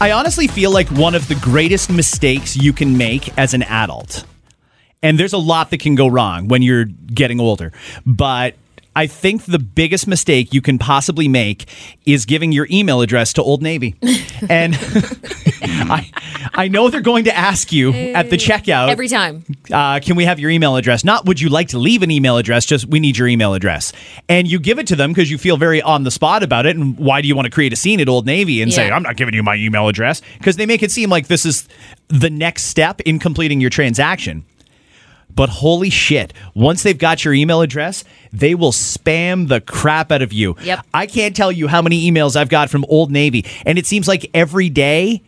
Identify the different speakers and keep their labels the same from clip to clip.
Speaker 1: I honestly feel like one of the greatest mistakes you can make as an adult, and there's a lot that can go wrong when you're getting older, but I think the biggest mistake you can possibly make is giving your email address to Old Navy. and I, I know they're going to ask you at the checkout
Speaker 2: Every time.
Speaker 1: uh, can we have your email address? Not would you like to leave an email address, just we need your email address. And you give it to them because you feel very on the spot about it. And why do you want to create a scene at Old Navy and say,
Speaker 2: Yeah.
Speaker 1: I'm not giving you my email address? Because they make it seem like this is the next step in completing your transaction. But holy shit, once they've got your email address, they will spam the crap out of you.
Speaker 2: Yep.
Speaker 1: I can't tell you how many emails I've got from Old Navy, and it seems like every day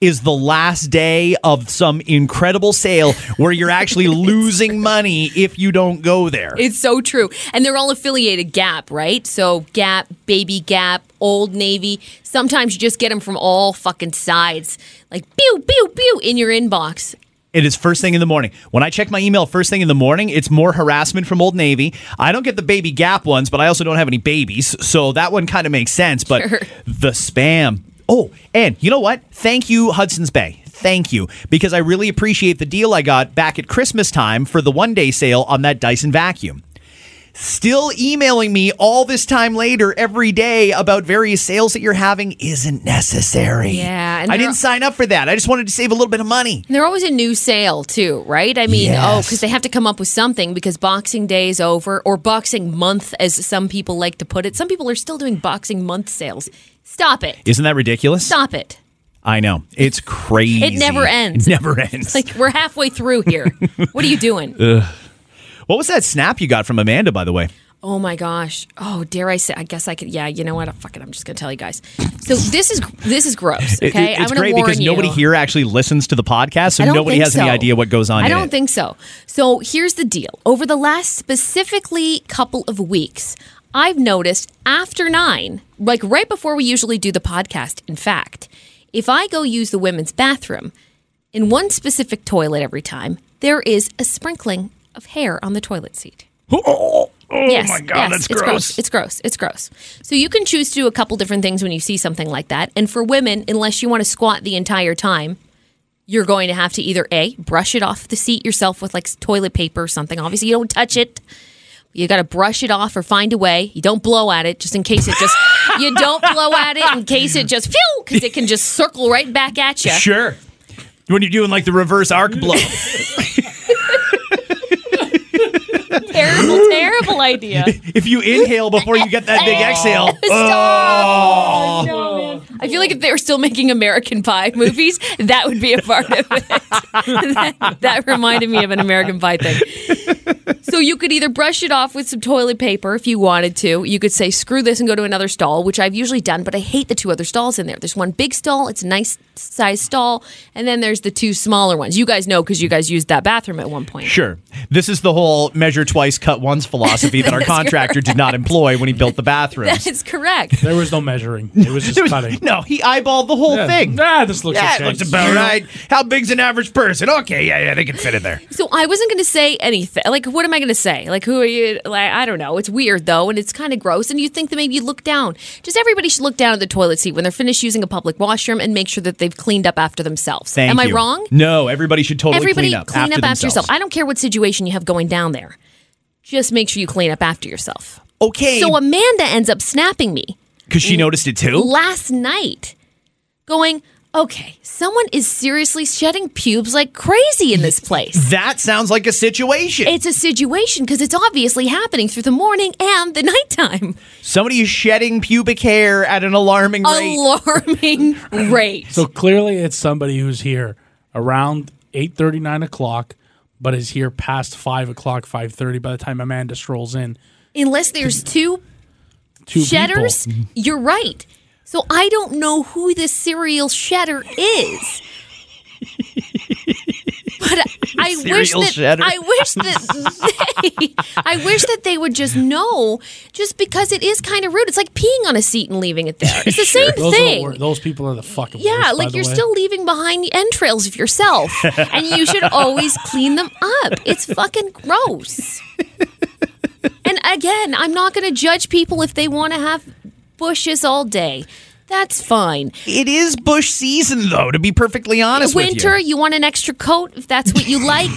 Speaker 1: is the last day of some incredible sale where you're actually losing money if you don't go there.
Speaker 2: It's so true. And they're all affiliated Gap, right? So Gap, Baby Gap, Old Navy. Sometimes you just get them from all fucking sides. Like pew, pew, pew in your inbox.
Speaker 1: It is first thing in the morning. When I check my email first thing in the morning, it's more harassment from Old Navy. I don't get the baby gap ones, but I also don't have any babies. So that one kind of makes sense. But the spam. Oh, and you know what? Thank you, Hudson's Bay. Thank you. Because I really appreciate the deal I got back at Christmas time for the one day sale on that Dyson vacuum. Still emailing me all this time later every day about various sales that you're having isn't necessary.
Speaker 2: Yeah, and
Speaker 1: I
Speaker 2: they're-
Speaker 1: didn't sign up for that. I just wanted to save a little bit of money.
Speaker 2: And they're always a new sale too, right? I mean, oh,
Speaker 1: Yes.
Speaker 2: because they have to come up with something because Boxing Day is over or Boxing Month, as some people like to put it. Some people are still doing Boxing Month sales. Stop it.
Speaker 1: Isn't that ridiculous?
Speaker 2: Stop it.
Speaker 1: I know. It's crazy.
Speaker 2: It never ends.
Speaker 1: It never ends.
Speaker 2: Like we're halfway through here. what are you doing?
Speaker 1: what was that snap you got from Amanda, by the way?
Speaker 2: Oh my gosh. Oh, dare I say? I guess I could. Yeah, you know what? Fuck it. I'm just gonna tell you guys. So this is this is gross.
Speaker 1: It-
Speaker 2: Okay,
Speaker 1: it-
Speaker 2: I'm
Speaker 1: it's
Speaker 2: gonna
Speaker 1: great
Speaker 2: warn
Speaker 1: because
Speaker 2: you.
Speaker 1: nobody here actually listens to the podcast, so
Speaker 2: I don't
Speaker 1: nobody
Speaker 2: think
Speaker 1: has any
Speaker 2: so.
Speaker 1: idea what goes on.
Speaker 2: I
Speaker 1: in
Speaker 2: don't
Speaker 1: it.
Speaker 2: think so. So here's the deal. Over the last specifically couple of weeks, I've noticed after nine, like right before we usually do the podcast, in fact, if I go use the women's bathroom in one specific toilet every time, there is a sprinkling of hair on the toilet seat.
Speaker 1: Oh,
Speaker 2: yes,
Speaker 1: my god,
Speaker 2: yes,
Speaker 1: that's
Speaker 2: it's
Speaker 1: gross.
Speaker 2: It's gross. It's gross. So you can choose to do a couple different things when you see something like that. And for women, unless you want to squat the entire time, you're going to have to either a brush it off the seat yourself with like toilet paper or something. Obviously, you don't touch it. You got to brush it off or find a way. You don't blow at it just in case it just. you don't blow at it in case it just phew because it can just circle right back at you.
Speaker 1: Sure. When you're doing like the reverse arc blow,
Speaker 2: Terrible, terrible idea.
Speaker 1: if you inhale before you get that big exhale,
Speaker 2: Stop! Oh, I feel like if they were still making American Pie movies, that would be a part of it. that, that reminded me of an American Pie thing. So you could either brush it off with some toilet paper if you wanted to. You could say, screw this and go to another stall, which I've usually done, but I hate the two other stalls in there. There's one big stall, it's a nice size stall, and then there's the two smaller ones. You guys know because you guys used that bathroom at one point.
Speaker 1: sure. This is the whole measure twice, cut once philosophy that our contractor did not employ when he built the bathrooms.
Speaker 2: That is correct.
Speaker 3: There was no measuring. It was just cutting.
Speaker 1: no, he eyeballed the whole thing.
Speaker 3: Ah, this looks
Speaker 1: Yeah,
Speaker 3: okay.
Speaker 1: it looks about right. How big's an average person? Okay, yeah, yeah, they can fit in there.
Speaker 2: So I wasn't going to say anything. Like, what am I going to say? Like, who are you? Like, I don't know. It's weird though, and it's kind of gross. And you think that maybe you look down. Just everybody should look down at the toilet seat when they're finished using a public washroom and make sure that they've cleaned up after themselves.
Speaker 1: Thank
Speaker 2: am I
Speaker 1: you.
Speaker 2: wrong?
Speaker 1: No, everybody should totally
Speaker 2: everybody
Speaker 1: clean up after
Speaker 2: after yourself.
Speaker 1: themselves.
Speaker 2: I don't care what situation you have going down there. Just make sure you clean up after yourself.
Speaker 1: okay,
Speaker 2: So um, Amanda ends up snapping me
Speaker 1: because she noticed it too.
Speaker 2: last night going, okay, someone is seriously shedding pubes like crazy in this place.
Speaker 1: That sounds like a situation.
Speaker 2: It's a situation because it's obviously happening through the morning and the nighttime.
Speaker 1: Somebody is shedding pubic hair at an alarming rate.
Speaker 2: Alarming rate.
Speaker 3: So clearly, it's somebody who's here around eight thirty, nine o'clock, but is here past five o'clock, five thirty. By the time Amanda strolls in,
Speaker 2: Unless there's two
Speaker 3: two
Speaker 2: shedders,
Speaker 3: people. Mm-hmm.
Speaker 2: you're right. So I don't know who this serial shedder is. But I wish
Speaker 1: Serial
Speaker 2: that
Speaker 1: shedder.
Speaker 2: I wish that they, I wish that they would just know, just because it is kind of rude. It's like peeing on a seat and leaving it there. It's the same
Speaker 3: Those, are the
Speaker 2: thing.
Speaker 3: wor- those people are the fucking
Speaker 2: Yeah,
Speaker 3: worst, by
Speaker 2: like
Speaker 3: the
Speaker 2: you're
Speaker 3: way.
Speaker 2: still leaving behind the entrails of yourself, and you should always clean them up. It's fucking gross. and again, I'm not going to judge people if they want to have bushes all day. That's fine.
Speaker 1: It is bush season, though. To be perfectly honest
Speaker 2: Winter,
Speaker 1: with you,
Speaker 2: you. want an extra coat if that's what you like,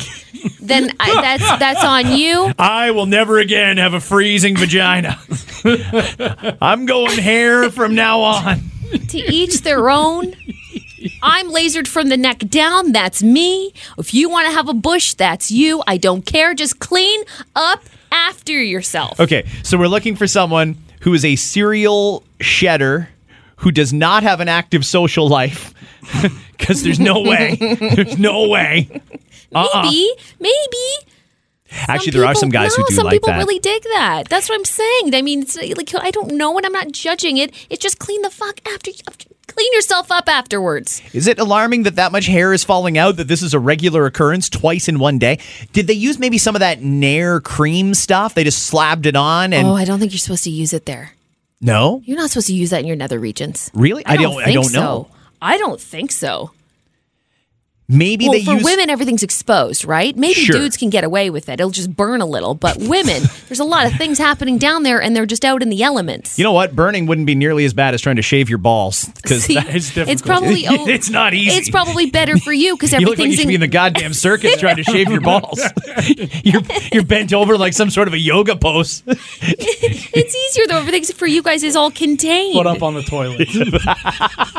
Speaker 2: then I, that's that's on you.
Speaker 1: I will never again have a freezing vagina. I'm going hair from now on.
Speaker 2: To each their own. I'm lasered from the neck down. That's me. If you want to have a bush, that's you. I don't care. Just clean up after yourself.
Speaker 1: Okay, so we're looking for someone who is a serial shedder who does not have an active social life because there's no way. there's no way.
Speaker 2: Maybe, maybe
Speaker 1: Uh-uh. Actually, there are some
Speaker 2: people-
Speaker 1: guys
Speaker 2: no,
Speaker 1: who do
Speaker 2: some
Speaker 1: like
Speaker 2: people
Speaker 1: that.
Speaker 2: really dig that. That's what I'm saying. I mean, it's like I don't know, and I'm not judging it. It's just clean the fuck after, after clean yourself up afterwards.
Speaker 1: Is it alarming that that much hair is falling out? That this is a regular occurrence twice in one day? Did they use maybe some of that Nair cream stuff? They just slabbed it on and
Speaker 2: oh, I don't think you're supposed to use it there.
Speaker 1: no,
Speaker 2: You're not supposed to use that in your nether regions.
Speaker 1: really?
Speaker 2: I don't. think
Speaker 1: I don't
Speaker 2: so.
Speaker 1: know.
Speaker 2: I don't think so.
Speaker 1: Maybe
Speaker 2: well,
Speaker 1: they
Speaker 2: for
Speaker 1: use
Speaker 2: women, everything's exposed, right? Maybe
Speaker 1: Sure.
Speaker 2: dudes can get away with it. It'll just burn a little. But women, there's a lot of things happening down there, and they're just out in the elements.
Speaker 1: You know what? Burning wouldn't be nearly as bad as trying to shave your balls because
Speaker 2: See,
Speaker 3: is
Speaker 2: it's
Speaker 3: difficult.
Speaker 2: probably oh,
Speaker 1: It's not easy.
Speaker 2: It's probably better for you because
Speaker 1: You look like you
Speaker 2: everything's
Speaker 1: should be in the goddamn circus trying to shave your balls. you're you're bent over like some sort of a yoga pose.
Speaker 2: It's easier though. Everything for you guys is all contained.
Speaker 3: Put up on the toilet.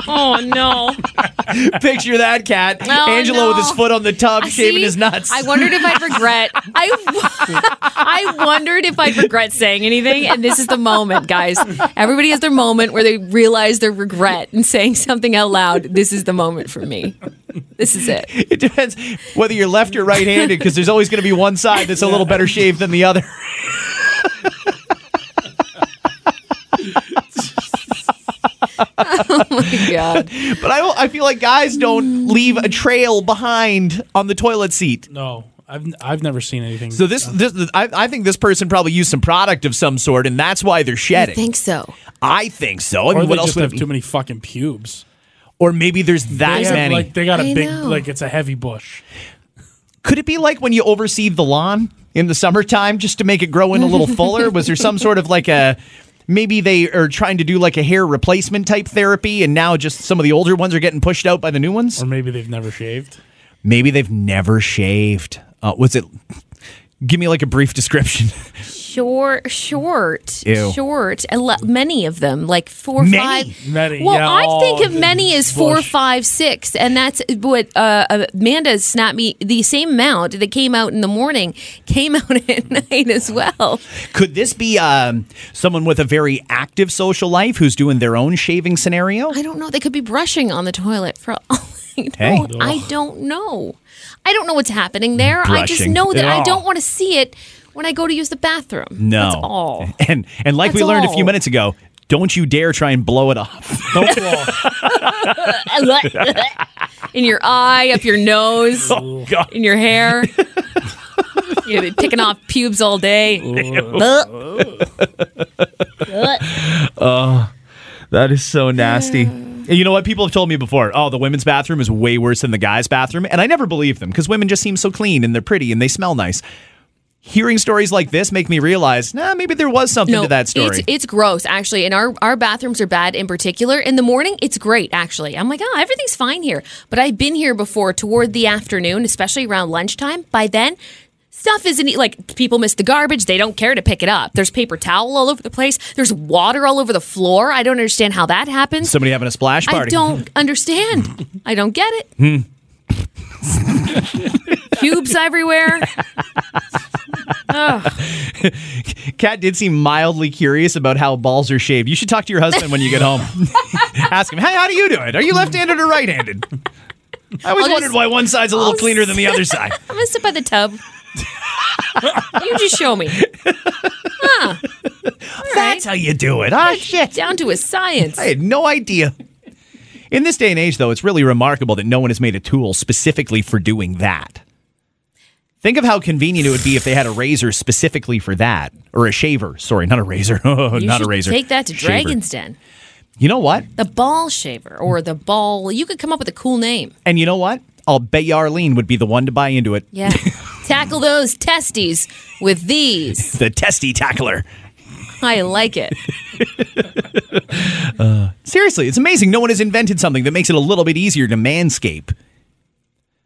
Speaker 2: Oh no!
Speaker 1: Picture that cat.
Speaker 2: Oh,
Speaker 1: Angelo with his
Speaker 2: no.
Speaker 1: foot on the tub, shaving
Speaker 2: See,
Speaker 1: his nuts.
Speaker 2: I wondered if I'd regret. I I wondered if I'd regret saying anything, and this is the moment, guys. Everybody has their moment where they realize their regret and saying something out loud. This is the moment for me. This is it.
Speaker 1: it depends whether you're left or right-handed, because there's always going to be one side that's a little better shaved than the other.
Speaker 2: God.
Speaker 1: But I, will- I feel like guys don't leave a trail behind on the toilet seat.
Speaker 3: No, I've I've never seen anything.
Speaker 1: So this, this I, I think this person probably used some product of some sort, and that's why they're
Speaker 2: I
Speaker 1: shedding.
Speaker 2: think so.
Speaker 1: I think so. I
Speaker 3: or
Speaker 1: mean,
Speaker 3: they
Speaker 1: what else
Speaker 3: just
Speaker 1: would
Speaker 3: have
Speaker 1: it be?
Speaker 3: too many fucking pubes.
Speaker 1: Or maybe there's that
Speaker 3: They have,
Speaker 1: many.
Speaker 3: like they got a
Speaker 2: I
Speaker 3: big
Speaker 2: know.
Speaker 3: like it's a heavy bush.
Speaker 1: Could it be like when you overseed the lawn in the summertime just to make it grow in a little fuller? Was there some sort of like a maybe they are trying to do like a hair replacement type therapy and now just some of the older ones are getting pushed out by the new ones?
Speaker 3: Or maybe they've never shaved.
Speaker 1: Maybe they've never shaved. Uh, was it? Give me like a brief description.
Speaker 2: Short, short,
Speaker 1: Ew.
Speaker 2: short. A lo- many of them, like four,
Speaker 1: Many?
Speaker 2: five.
Speaker 3: Many,
Speaker 2: Well,
Speaker 3: yeah,
Speaker 2: I
Speaker 3: all
Speaker 2: think of
Speaker 3: the
Speaker 2: many as four,
Speaker 3: bush.
Speaker 2: five, six, and that's what uh, uh, Amanda snapped me. The same amount that came out in the morning came out at night as well.
Speaker 1: Could this be um, someone with a very active social life who's doing their own shaving scenario?
Speaker 2: I don't know. They could be brushing on the toilet for all I know.
Speaker 1: Hey.
Speaker 2: I don't know. I don't know what's happening there. I just
Speaker 1: Brushing.
Speaker 2: know that I
Speaker 3: Yeah.
Speaker 2: don't want to see it when I go to use the bathroom.
Speaker 1: No.
Speaker 2: That's all.
Speaker 1: And and like we
Speaker 2: That's
Speaker 1: learned a few
Speaker 2: all.
Speaker 1: minutes ago, don't you dare try and blow it off.
Speaker 3: Don't blow.
Speaker 2: in your eye, up your nose,
Speaker 1: God.
Speaker 2: in your hair. You've been picking off pubes all day.
Speaker 1: That is so nasty. And you know what? People have told me before, oh, the women's bathroom is way worse than the guys' bathroom. And I never believed them because women just seem so clean and they're pretty and they smell nice. Hearing stories like this make me realize, nah, maybe there was something to that story.
Speaker 2: It's, it's gross, actually. And our, our bathrooms are bad in particular. In the morning, it's great, actually. I'm like, oh, everything's fine here. But I've been here before toward the afternoon, especially around lunchtime. By then, stuff isn't e- like people miss the garbage. They don't care to pick it up. There's paper towel all over the place, there's water all over the floor. I don't understand how that happens.
Speaker 1: Somebody having a splash
Speaker 2: I
Speaker 1: party. Hmm.
Speaker 2: don't understand. I don't get it. Cubes everywhere.
Speaker 1: Kat did seem mildly curious about how balls are shaved. You should talk to your husband when you get home. Ask him, hey, how do you do it? Are you left handed or right handed? I always
Speaker 2: Mm. I'll
Speaker 1: wondered
Speaker 2: just-
Speaker 1: why one side's a little
Speaker 2: I'll
Speaker 1: cleaner than the other side.
Speaker 2: I'm gonna sit by the tub. you just show me. Huh. All
Speaker 1: That's
Speaker 2: right.
Speaker 1: how you do it. Ah, shit.
Speaker 2: Down to a science.
Speaker 1: I had no idea. In this day and age, though, it's really remarkable that no one has made a tool specifically for doing that. Think of how convenient it would be if they had a razor specifically for that, or a shaver. Sorry, not a razor.
Speaker 2: You
Speaker 1: not a
Speaker 2: should
Speaker 1: razor.
Speaker 2: Take that to
Speaker 1: Shaver.
Speaker 2: Dragon's Den.
Speaker 1: You know what?
Speaker 2: The ball shaver or the ball. You could come up with a cool name.
Speaker 1: And you know what? I'll bet you Arlene would be the one to buy into it.
Speaker 2: Yeah. Tackle those testes with these.
Speaker 1: The testy tackler.
Speaker 2: I like it.
Speaker 1: Seriously, it's amazing. No one has invented something that makes it a little bit easier to manscape.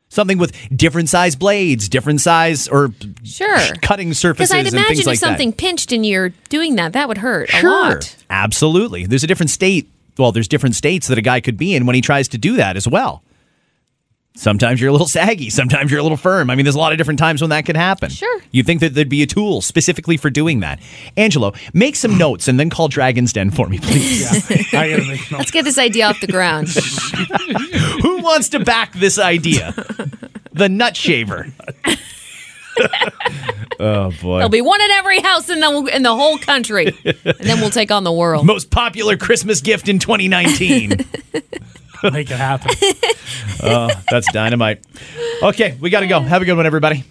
Speaker 1: Something with different size blades, different size or
Speaker 2: Sure.
Speaker 1: cutting
Speaker 2: Because
Speaker 1: surfaces,
Speaker 2: I'd
Speaker 1: and
Speaker 2: imagine
Speaker 1: things
Speaker 2: if
Speaker 1: like
Speaker 2: something pinched and you're doing that, that would hurt
Speaker 1: that.
Speaker 2: a lot.
Speaker 1: absolutely. There's a different state. Well, there's different states that a guy could be in when he tries to do that as well. Sometimes you're a little saggy. Sometimes you're a little firm. I mean, there's a lot of different times when that could happen.
Speaker 2: Sure.
Speaker 1: You think that there'd be a tool specifically for doing that. Angelo, make some notes and then call Dragon's Den for me, please.
Speaker 3: I gotta make no-
Speaker 2: Let's get this idea off the ground.
Speaker 1: Who wants to back this idea? The nut shaver. oh boy.
Speaker 2: There'll be one in every house in the in the whole country, and then we'll take on the world.
Speaker 1: Most popular Christmas gift in 2019.
Speaker 3: make it happen.
Speaker 1: Uh, That's dynamite. Okay, we got to go. Have a good one, everybody.